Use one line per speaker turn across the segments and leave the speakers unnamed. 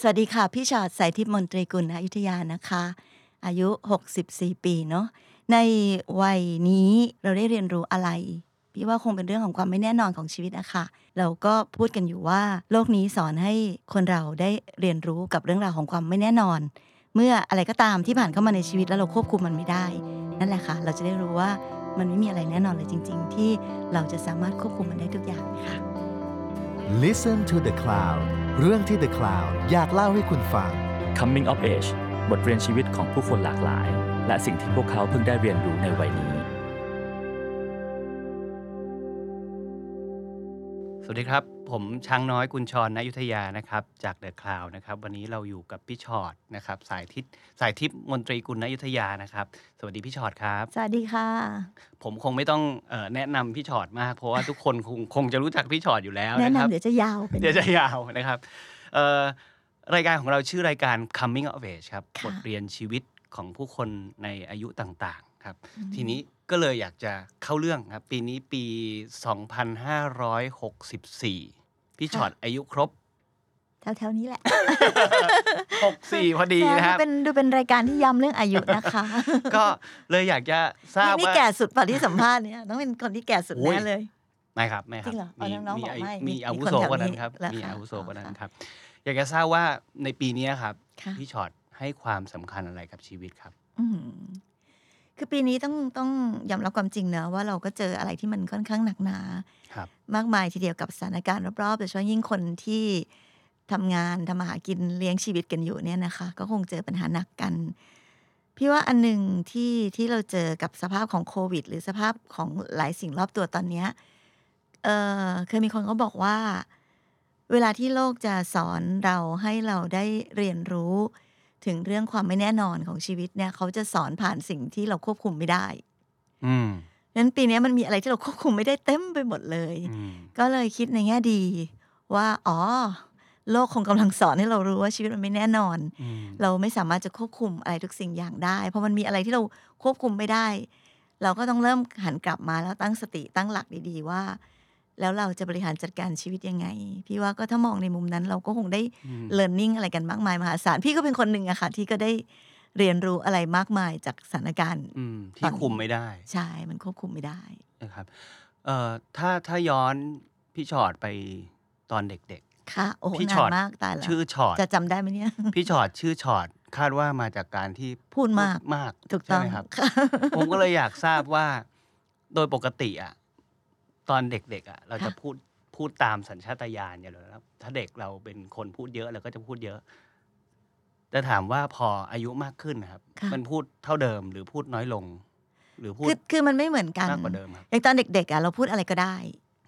สวัสดีค่ะ พี่ชอดสายทิพย์มนตรีกุลอยุธยานะคะ อายุ 64 ปีเนาะในวัยนี้เราได้เรียนรู้อะไร พี่ว่าคงเป็นเรื่องของความไม่แน่นอนของชีวิตนะคะเราก็พูดกันอยู่ว่า โลกนี้สอนให้คนเราได้เรียนรู้กับเรื่องราวของความไม่แน่นอน เมื่ออะไรก็ตามที่ผ่านเข้ามาในชีวิตแล้วเราควบคุมมันไม่ได้ นั่นแหละค่ะ เราจะได้รู้ว่ามันไม่มีอะไรแน่นอนเลยจริง ๆ ที่เราจะสามารถควบคุมมันได้ทุกอย่างค่ะ
Listen to the Cloud เรื่องที่ The Cloud อยากเล่าให้คุณฟัง
Coming of Age บทเรียนชีวิตของผู้คนหลากหลาย และสิ่งที่พวกเขาเพิ่งได้เรียนรู้ในวัยนี้
สวัสดีครับ ผมช้างน้อยกุญชรณอยุธยานะครับ จากเดอะคลาวนะครับ วันนี้เราอยู่กับพี่ชอดนะครับ สายทิศสายทิพย์มนตรีกุลณอยุธยานะครับ สวัสดีพี่ชอดครับ
สวัสดีค่ะ
ผมคงไม่ต้องเออแนะนำพี่ชอดมาก เพราะว่าทุกคนคงคงจะรู้จักพี่ชอดอยู่แล้ว
แนะำ
นะคนรับ
เดี๋ยวจะยาวไปหน่
เดี๋
อย
วย จะยาวนะครับเอ่อรายการของเราชื่อรายการ Coming of Age ครับ
ค่ะ
บทเรียนชีวิตของผู้คนในอายุต่างๆครับ
อืม
ทีนี้ก็เลยอยากจะเข้าเรื่องครับ ปีนี้ปี 2564 พี่ช็อตอายุครบ
แถวๆนี้แหละ
64 พอดีนะครับ
เป็นดูเป็นรายการที่ย้ำเรื่องอายุนะคะ
ก็เลยอยากจะทราบ
นี่
ว่า
แก่สุดป่ะที่สัมภาษณ์เนี่ยต้องเป็นคนที่แก่สุด
โอ้ย
แน่เลย
ไม่ครับไม่ครั
จริ
บ
งเหรออ๋อ
มี
น้องๆ
มี
บอก
อายุ
ไม่
มี
มี
อาวุ
คน
โส
แถว
กว่านั้
นี้
นครับ
เหรอ
มี
คะ
อาวุโส
อ๋อก
ว่านั้
ค่ะ
นครับอยากจะทราบว่าในปีนี้ครับ
ค่ะ
พี่ช็อตให้ความสำคัญอะไรกับชีวิตครับ
อืมคือปีนี้ต้องต้องยอมรับความจริงเนอะว่าเราก็เจออะไรที่มันค่อนข้างหนักหนา
ครับ
มากมายทีเดียวกับสถานการณ์รอบๆโดยเฉพาะยิ่งคนที่ทำงานทำมาหากินเลี้ยงชีวิตกันอยู่เนี่ยนะคะ ก็คงเจอปัญหาหนักกัน พี่ว่าอันหนึ่งที่ที่เราเจอกับสภาพของโควิด หรือสภาพของหลายสิ่งรอบตัวตอนเนี้ยเออเคยมีคนเขาบอกว่า เวลาที่โลกจะสอนเราให้เราได้เรียนรู้ ถึงเรื่องความไม่แน่นอนของชีวิตเนี่ยเขาจะสอนผ่านสิ่งที่เราควบคุมไม่ได้
อืม
นั้นปีเนี้ยมันมีอะไรที่เราควบคุมไม่ได้เต็มไปหมดเลย
อืม
ก็เลยคิดในแง่ดีว่า อ๋อ โลกคงกำลังสอนให้เรารู้ว่าชีวิตมันไม่แน่นอน
อืม
เราไม่สามารถจะควบคุมอะไรทุกสิ่งอย่างได้ เพราะมันมีอะไรที่เราควบคุมไม่ได้ เราก็ต้องเริ่มหันกลับมาแล้วตั้งสติตั้งหลักดีๆว่า แล้วเราจะบริหารจัดการชีวิตยังไง พี่ว่าก็ถ้ามองในมุมนั้น เราก็คงได้
อืม
เรียนรู้อะไรกันมากมายมหาศาลพี่ก็เป็นคนหนึ่งอะค่ะที่ก็ได้เรียนรู้อะไรมากมายจากสถานการณ์
อืมที่คุมไม่ได้
ใช่มันควบคุมไม่ได้
นะครับเอ่อถ้าถ้าย้อนพี่ชอดไปตอนเด็ก
ค่ะโอ้โห
พี่
นา
ช็อน ต
มากตายแล้ว
ๆ ชื่อชอด
จะ จำได้ไหมเนี่ย
พี่ชอดชื่อชอดคาดว่ามาจากการที่
พูดมาก
มาก
ถูก
ใช่
ต้อง
ไหมครับ
ค่ะ
ผมก็เลยอยากทราบว่าโดยปกติอ่ะตอนเด็กๆอ่ะเราจะ
ค่ะ
พูดพูดตามสัญชาตญาณอย่างเดียวแล้วถ้าเด็กเราเป็นคนพูดเยอะเราก็จะพูดเยอะ แต่ถามว่าพออายุมากขึ้นนะครับ
ค่ะ
มันพูดเท่าเดิมหรือพูดน้อยลง หรือพูด
คือคือมันไม่เหมือนกัน
มากกว่าเดิมครับ
อย่างตอนเด็กๆอ่ะเราพูดอะไรก็ได้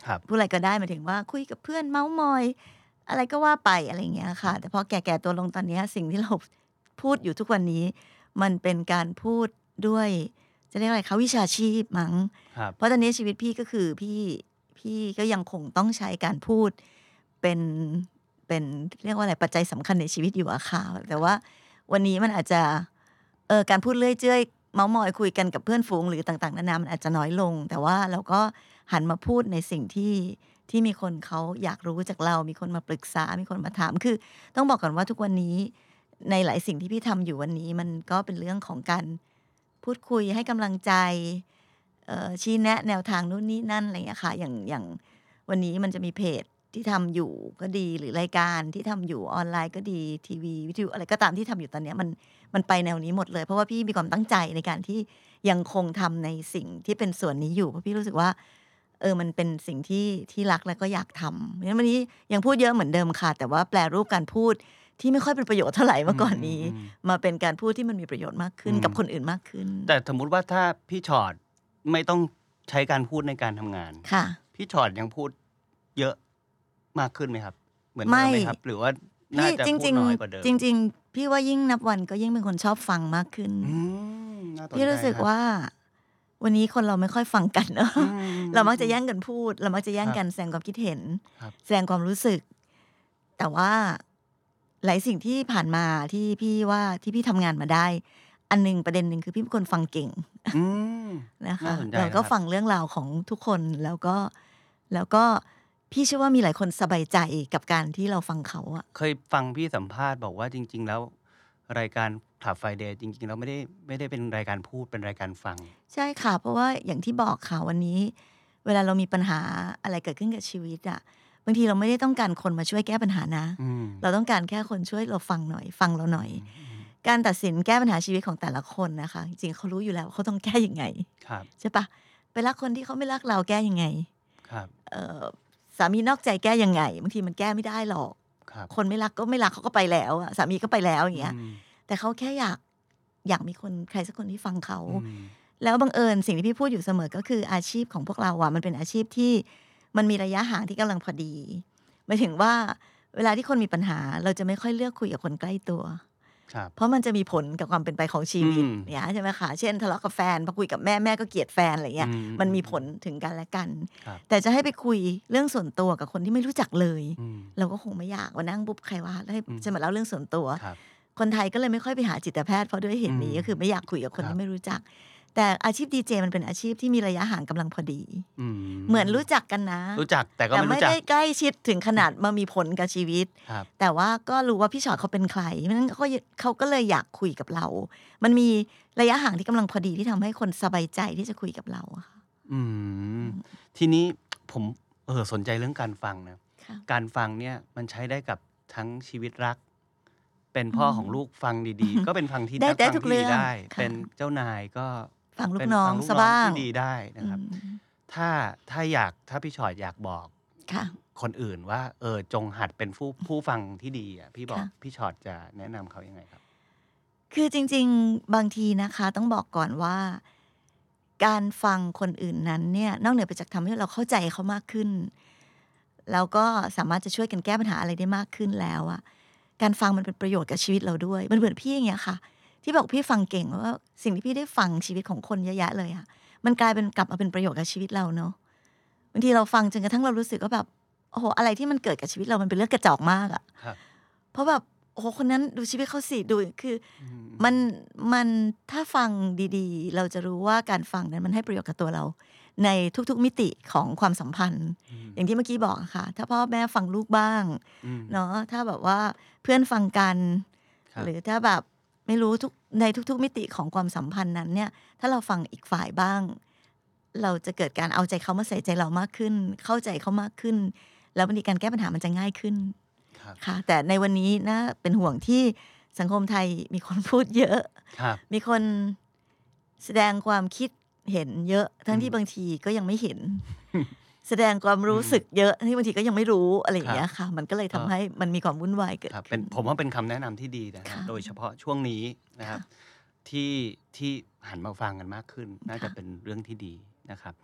ครับ
พูดอะไรก็ได้หมายถึงว่าคุยกับเพื่อนเมาส์มอย อะไรก็ว่าไปอะไรอย่างเงี้ยค่ะ แต่พอแก่ๆตัวลงตอนเนี้ยสิ่งที่เราพูดอยู่ทุกวันนี้ มันเป็นการพูดด้วย จะเรียกอะไรเขาวิชาชีพมั้ง
ครับ
เพราะตอนนี้ชีวิตพี่ก็คือพี่พี่ก็ยังคงต้องใช้การพูดเป็นเป็นเรียกว่าอะไรปัจจัยสำคัญในชีวิตอยู่อะค่ะแต่ว่าวันนี้มันอาจจะเออการพูดเลื่อยเจ้ยเมาส์มอยคุยกันกับเพื่อนฝูงหรือต่างๆนานามันอาจจะน้อยลง แต่ว่าเราก็หันมาพูดในสิ่งที่ที่มีคนเขาอยากรู้จากเรา มีคนมาปรึกษา มีคนมาถามคือ ต้องบอกก่อนว่าทุกวันนี้ในหลายสิ่งที่พี่ทำอยู่วันนี้ มันก็เป็นเรื่องของการพูดคุยให้กำลังใจเอ่อชี้แนะแนวทางนู่นนี่นั่นอะไรอย่างเงี้ยค่ะอย่างอย่างวันนี้มันจะมีเพจที่ทำอยู่ก็ดีหรือรายการที่ทำอยู่ออนไลน์ก็ดีทีวีวิทยุอะไรก็ตามที่ทำอยู่ตอนเนี้ยมันมันไปแนวนี้หมดเลย เพราะว่าพี่มีความตั้งใจในการที่ยังคงทำในสิ่งที่เป็นส่วนนี้อยู่เพราะพี่รู้สึกว่า เออ มันเป็นสิ่งที่ที่รักแล้วก็อยากทำเพราะฉะนั้นวันนี้ยังพูดเยอะเหมือนเดิมค่ะ แต่ว่าแปลรูปการพูดที่ไม่ค่อยเป็นประโยชน์เท่าไหร่เมื่อก่อนนี้
อืม
มาเป็นการพูดที่มันมีประโยชน์มากขึ้น
อืม
กับคนอื่นมากขึ้น
แต่สมมุติว่าถ้าพี่ชอดไม่ต้องใช้การพูดในการทำงาน
ค่ะ
พี่ชอดยังพูดเยอะมากขึ้นไหมครับ เหมือน
ไม่
เดิมไหมครับ หรือว่าน่า
พี่
จะ
จ
พู
ริ
ด
ง
น้อยกว่าเดิม
ๆจริง ๆ พี่ว่ายิ่งนับวันก็ยิ่งเป็นคนชอบฟังมากขึ้น
อืมน่าสนใจ
พี่รู้สึก
คบ
ว่า วันนี้คนเราไม่ค่อยฟังกันเนอะ
อื
เรามักจะแย่งกันพูด เรามักจะแย่งกันแสดงความคิดเห็น
ครับ
แสดงความรู้สึก แต่ว่าหลายสิ่งที่ผ่านมาที่พี่ว่าที่พี่ทำงานมาได้ อันหนึงประเด็นหนึ่งคือพี่เป็นคนฟังเก่ง
อืม
นะคะ
น่าสนใจ
เราก็
นะครับ
ฟังเรื่องราวของทุกคนแล้วก็แล้วก็ พี่เชื่อว่ามีหลายคนสบายใจกับการที่เราฟังเขาอะ
เคยฟังพี่สัมภาษณ์บอกว่าจริง ๆ แล้ว รายการขับไฟเดย์จริง ๆ แล้วไม่ได้ไม่ได้เป็นรายการพูดเป็นรายการฟัง
ใช่ค่ะ เพราะว่าอย่างที่บอกค่ะวันนี้ เวลาเรามีปัญหาอะไรเกิดขึ้นกับชีวิตอะบางทีเราไม่ได้ต้องการคนมาช่วยแก้ปัญหานะ
อืม
เราต้องการแค่คนช่วยเราฟังหน่อย ฟังเราหน่อย
อืม
การตัดสินแก้ปัญหาชีวิตของแต่ละคนนะคะ จริงๆเขารู้อยู่แล้วว่าเขาต้องแก้ยังไง
ครับ
ใช่ปะไปรักคนที่เขาไม่รักเราแก้ยังไง
ครับ
เอ่อสามีนอกใจแก้ยังไงบางทีมันแก้ไม่ได้หรอก
ครับ
คนไม่รักก็ไม่รักเขาก็ไปแล้วอะสามีก็ไปแล้วอย่างเงี้ย
อืม
แต่เขาแค่อยากอยากมีคนใครสักคนที่ฟังเขา
อืม
แล้วบังเอิญสิ่งที่พี่พูดอยู่เสมอก็คืออาชีพของพวกเราอะมันเป็นอาชีพที่มันมีระยะห่างที่กำลังพอดีหมายถึงว่าเวลาที่คนมีปัญหา เราจะไม่ค่อยเลือกคุยกับคนใกล้ตัว
ครับ
เพราะมันจะมีผลกับความเป็นไปของชีวิต
อืม
เนี่ยใช่ไหมคะเช่นทะเลาะกับแฟนพอคุยกับแม่แม่ก็เกลียดแฟนอะไรเงี้ย
อื
มันมีผลถึงกันและกัน
ครับ
แต่จะให้ไปคุยเรื่องส่วนตัวกับคนที่ไม่รู้จักเลย
อืม
เราก็คงไม่อยากว่านั่งปุ๊บใครว่าแล้วให้
อืม
จะมาเล่าเรื่องส่วนตัว
ครับ
คนไทยก็เลยไม่ค่อยไปหาจิตแพทย์เพราะด้วยเหตุนี้
อืม
ก็คือไม่อยากคุยกับคน
ครับ
ที่ไม่รู้จัก แต่อาชีพดีเจมันเป็นอาชีพที่มีระยะห่างกำลังพอดี
อื
เหมือนรู้จักกันนะ
รู้จักแต่ก็
แต่ไม่
ไม่รู้จัก
ได้ใกล้ชิดถึงขนาดมามีผลกับชีวิต
ครับ
แต่ว่าก็รู้ว่าพี่ชอดเขาเป็นใครเพราะฉะนั้นเขาเขาก็เลยอยากคุยกับเรา มันมีระยะห่างที่กำลังพอดีที่ทำให้คนสบายใจที่จะคุยกับเราอะค่ะ
อืมทีนี้ผมเออสนใจเรื่องการฟังนะ
ค่ะ
การฟังเนี่ยมันใช้ได้กับทั้งชีวิตรัก เป็นพ่อของลูกฟังดี ๆ ก็เป็นฟังที่
ได้
นั
ได้
ฟั
ทุกเรื่อง
ที่ดีได้
ค่ะ
เป็นเจ้านายก็
ฟังลู
เป็
ก
น
น้อง
ฟังลูก
ซะบ้าง
ที่ดีได้นะครับ
อืม
ถ้าถ้าอยากถ้าพี่ชอดอยากบอก
ค่ะ
คนอื่นว่า เออจงหัดเป็นผู้ผู้ฟังที่ดีอ่ะพี่บอก
ค่ะ
พี่ชอดจะแนะนำเขายังไงครับ
คือจริง ๆ บางทีนะคะต้องบอกก่อนว่า การฟังคนอื่นนั้นเนี่ยนอกเหนือไปจากทำให้เราเข้าใจเขามากขึ้น แล้วก็สามารถจะช่วยกันแก้ปัญหาอะไรได้มากขึ้นแล้วอะการฟังมันเป็นประโยชน์กับชีวิตเราด้วย มันเหมือนพี่อย่างเงี้ยค่ะ ที่บอกพี่ฟังเก่งว่าสิ่งที่พี่ได้ฟังชีวิตของคนเยอะแยะเลยอะมันกลายเป็นกลับมาเป็นประโยชน์กับชีวิตเราเนาะบางทีเราฟังจนกระทั่งเรารู้สึกว่าแบบโอ้โหอะไรที่มันเกิดกับชีวิตเรามันเป็นเรื่องกระจอกมากอะ
ครับ
เพราะแบบโอ้โหคนนั้นดูชีวิตเขาสิดูคือ
อื
มันมันถ้าฟังดีๆ เราจะรู้ว่าการฟังนั้นมันให้ประโยชน์กับตัวเรา ในทุกๆมิติของความสัมพันธ์
อืม
อย่างที่เมื่อกี้บอกอะค่ะ ถ้าพ่อแม่ฟังลูกบ้าง
อืม
เนาะถ้าแบบว่าเพื่อนฟังกัน
ครับ
หรือถ้าแบบไม่รู้ทุกในทุกๆ มิติของความสัมพันธ์นั้นเนี่ย ถ้าเราฟังอีกฝ่ายบ้าง เราจะเกิดการเอาใจเขามาใส่ใจเรามากขึ้น เข้าใจเขามากขึ้น แล้วบางทีการแก้ปัญหามันจะง่ายขึ้น
ครับ
ค่ะ แต่ในวันนี้นะเป็นห่วงที่สังคมไทยมีคนพูดเยอะ
ครับ
มีคนแสดงความคิดเห็นเยอะทั้งที่บางทีก็ยังไม่ เห็น แสดงความรู้สึกเยอะทั้งที่บางทีก็ยังไม่รู้อะไรอย่างเงี้ยค่ะ มันก็เลยทำให้มันมีความวุ่นวายเกิด
ครับเป็
ขึ้
น
น
ผมว่าเป็นคำแนะนำที่ดีนะครับ
ค่ะ
โดยเฉพาะช่วงนี้นะครับ ที่ที่หันมาฟังกันมากขึ้น น่าจะ
ค่ะ
เป็นเรื่องที่ดีนะครับ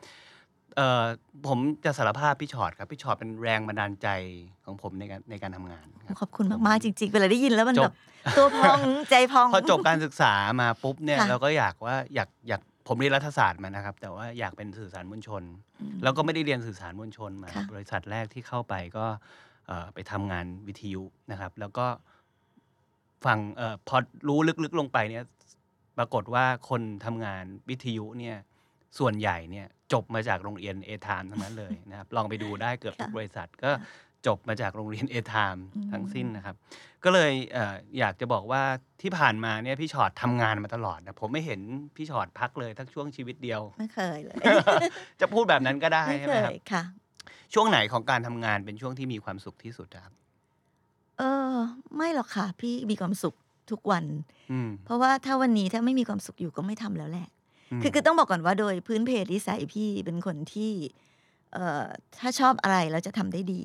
เอ่อผมจะสารภาพพี่ชอดครับพี่ชอดเป็นแรงบันดาลใจของผมในการในการทำงานครับ
ขอบคุณมาก ๆ จริง ๆ เวลาได้ยินแล้วมัน
จ
แบ
บ
บตัวพ องใจพอง
พอจบการศึกษามาปุ๊บเนี่ย
ค่ะ
เราก็อยากว่าอยากอยากผมเรียนรัฐศาสตร์มานะครับ แต่ว่าอยากเป็นสื่อสารมวลชน
อืม
แล้วก็ไม่ได้เรียนสื่อสารมวลชนมา
ค่ะ
บริษัทแรกที่เข้าไปก็เอ่อไปทำงานวิทยุนะครับ แล้วก็ฟังเออพอรู้ลึกๆลงไปเนี่ยปรากฏว่าคนทำงานวิทยุเนี่ยส่วนใหญ่เนี่ยจบมาจากโรงเรียนเอทามทั้งนั้นเลยนะครับ ลองไปดูได้เกือบทุก
ค่ะ
บริษัทก็จบมาจากโรงเรียนเอทาม
อืม
ทั้งสิ้นนะครับ ก็เลยเอออยากจะบอกว่าที่ผ่านมาเนี่ยพี่ชอดทำงานมาตลอดนะผมไม่เห็นพี่ชอดพักเลยทักช่วงชีวิตเดียว
ไม่เคยเลย
จะพูดแบบนั้น ก็ได้
ไม่
ใช่
เค
ไหมครับ
ยค่ะ
ช่วงไหนของการทำงานเป็นช่วงที่มีความสุขที่สุดครับ
เออ ไม่หรอกค่ะ พี่มีความสุขทุกวัน
อืม
เพราะว่าถ้าวันนี้ถ้าไม่มีความสุขอยู่ก็ไม่ทำแล้วแหละ
ม
คือคือต้องบอกก่อนว่าโดยพื้นเพนิสัยพี่เป็นคนที่ เอ่อถ้าชอบอะไรแล้วจะทำได้ดี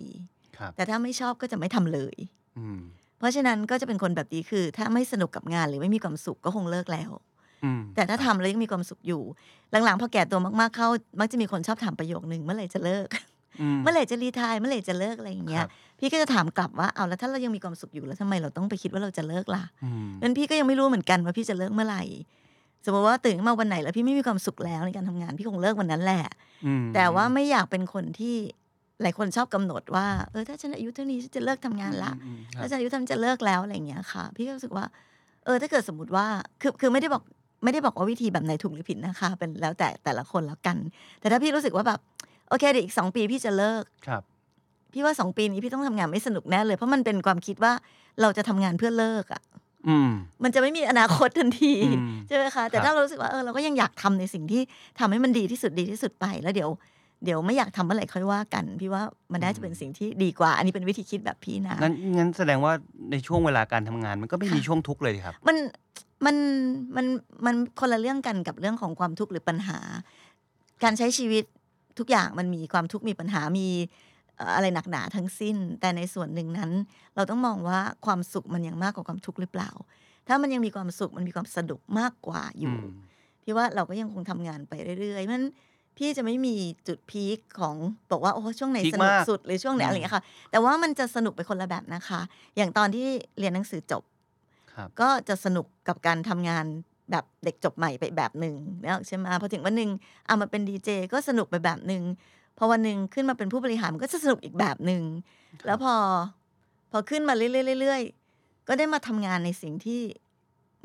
ครับ
แต่ถ้าไม่ชอบก็จะไม่ทำเลย
อืม
เพราะฉะนั้นก็จะเป็นคนแบบนี้คือ ถ้าไม่สนุกกับงานหรือไม่มีความสุขก็คงเลิกแล้ว
อืม
แต่ถ้าทำแล้วยังมีความสุขอยู่ หลังๆพอแก่ตัวมากๆเข้า มักจะมีคนชอบถามประโยคนึงเมื่อไหร่จะเลิก เมื่อไหร่จะรีไทายเมื่อไหร่จะเลิกอะไรอย่างเงี้
ค
ย
รับ
พี่ก็จะถามกลับว่าเอาแล้วถ้าเรายังมีความสุขอยู่แล้วทำไมเราต้องไปคิดว่าเราจะเลิกล่ะ
อืม
นั้นพี่ก็ยังไม่รู้เหมือนกันว่าพี่จะเลิกเมื่อไหร่ สมมติว่าตื่นขึ้นมาวันไหนแล้วพี่ไม่มีความสุขแล้วในการทำงานพี่คงเลิกวันนั้นแหละ
อืม
แต่ว่าไม่อยากเป็นคนที่หลายคนชอบกำหนดว่าเออถ้าฉันอายุเท่านี้ฉันจะเลิกทำงานละ
อืมอืมค
อา
รับ
จารย์ยุทธจะเลิกแล้วอะไรอย่างเงี้ยค่ะ พี่ก็รู้สึกว่า เออถ้าเกิดสมมติว่าคือคือไม่ได้บอกไม่ได้บอกว่าวิธีแบบไหนถูกหรือผิดนะคะ เป็นแล้วแต่แต่ละคนแล้วกัน แต่ถ้าพี่รู้สึกว่าแบบโอเคเดี๋ยวอีกสองปีพี่จะเลิก
ครับ
พี่ว่าสองปีนี้พี่ต้องทำงานไม่สนุกแน่เลย เพราะมันเป็นความคิดว่าเราจะทำงานเพื่อเลิกอ่ะ
อืม
มันจะไม่มีอนาคตทันที
อืม
ใช่ไหมคะแต่
ครับ
ถ้าเรารู้สึกว่าเออเราก็ยังอยากทำในสิ่งที่ทำให้มันดีที่สุดดีที่สุดไปแล้วเดี๋ยว เดี๋ยวไม่อยากทำเมื่อไหร่ค่อยว่ากัน พี่ว่ามันน่า
อื
จะ
ม
เป็นสิ่งที่ดีกว่า อันนี้เป็นวิธีคิดแบบพี่นะ
งั้นงั้นแสดงว่าในช่วงเวลาการทำงานมันก็ไม่มี
ค่ะ
ช่วงทุกข์เลยสิครับ
มันมันมันมันคนละเรื่องกันกับเรื่องของความทุกข์หรือปัญหา การใช้ชีวิตทุกอย่างมันมีความทุกข์มีปัญหามีเอ่ออะไรหนักหนาทั้งสิ้น แต่ในส่วนหนึ่งนั้น เราต้องมองว่าความสุขมันยังมากกว่าความทุกข์หรือเปล่า ถ้ามันยังมีความสุขมันมีความสนุกมากกว่าอยู่ พี่ว่าเราก็ยังคงทำงานไปเรื่อยๆเพราะฉะนั้นพี่จะไม่มีจุดพีคของบอกว่าโอ้ช่วงไหน
พีค
สนุก
มาก
สุดหรือช่วงไหน
อืม
อะไรอย่างเงี้ยค่ะ แต่ว่ามันจะสนุกไปคนละแบบนะคะ อย่างตอนที่เรียนหนังสือจบ
ครับ
ก็จะสนุกกับการทำงานแบบเด็กจบใหม่ไปแบบหนึ่งแล้วใช่ไหมพอถึงวันหนึ่งเอามาเป็นดีเจก็สนุกไปแบบหนึ่งพอวันหนึ่งขึ้นมาเป็นผู้บริหารมันก็จะสนุกอีกแบบหนึ่ง
ครับ
แล้วพอพอขึ้นมาเรื่อยๆเรื่อยๆก็ได้มาทำงานในสิ่งที่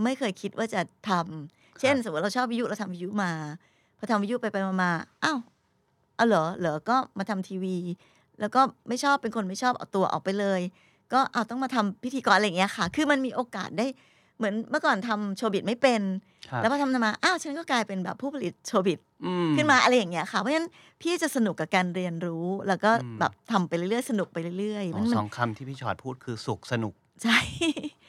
ไม่เคยคิดว่าจะทำเช่น สมมติเราชอบวิทยุเราทำวิทยุมาพอทำวิทยุไปไปๆมาๆอ้าวเอาเหรอเหรอก็มาทำทีวี แล้วก็ไม่ชอบเป็นคนไม่ชอบเอาตัวออกไปเลย ก็เอาต้องมาทำพิธีกรอะไรอย่างเงี้ยค่ะ คือมันมีโอกาสได้เหมือนเมื่อก่อนทำโชว์บิดไม่เป็น
ครับ
แล้วพอทำมาอ้าวฉันก็กลายเป็นแบบผู้ผลิตโชว์บิด
อื
ขึ้นมาอะไรอย่างเงี้ยค่ะ เพราะฉะนั้นพี่จะสนุกกับการเรียนรู้ แล้วก็แบบทำไปเรื่อยๆสนุกไปเรื่อยๆ
อ๋
มั
อน ส
มั
อน งคำที่พี่ชอดพูดคือสุขสนุก
ใช่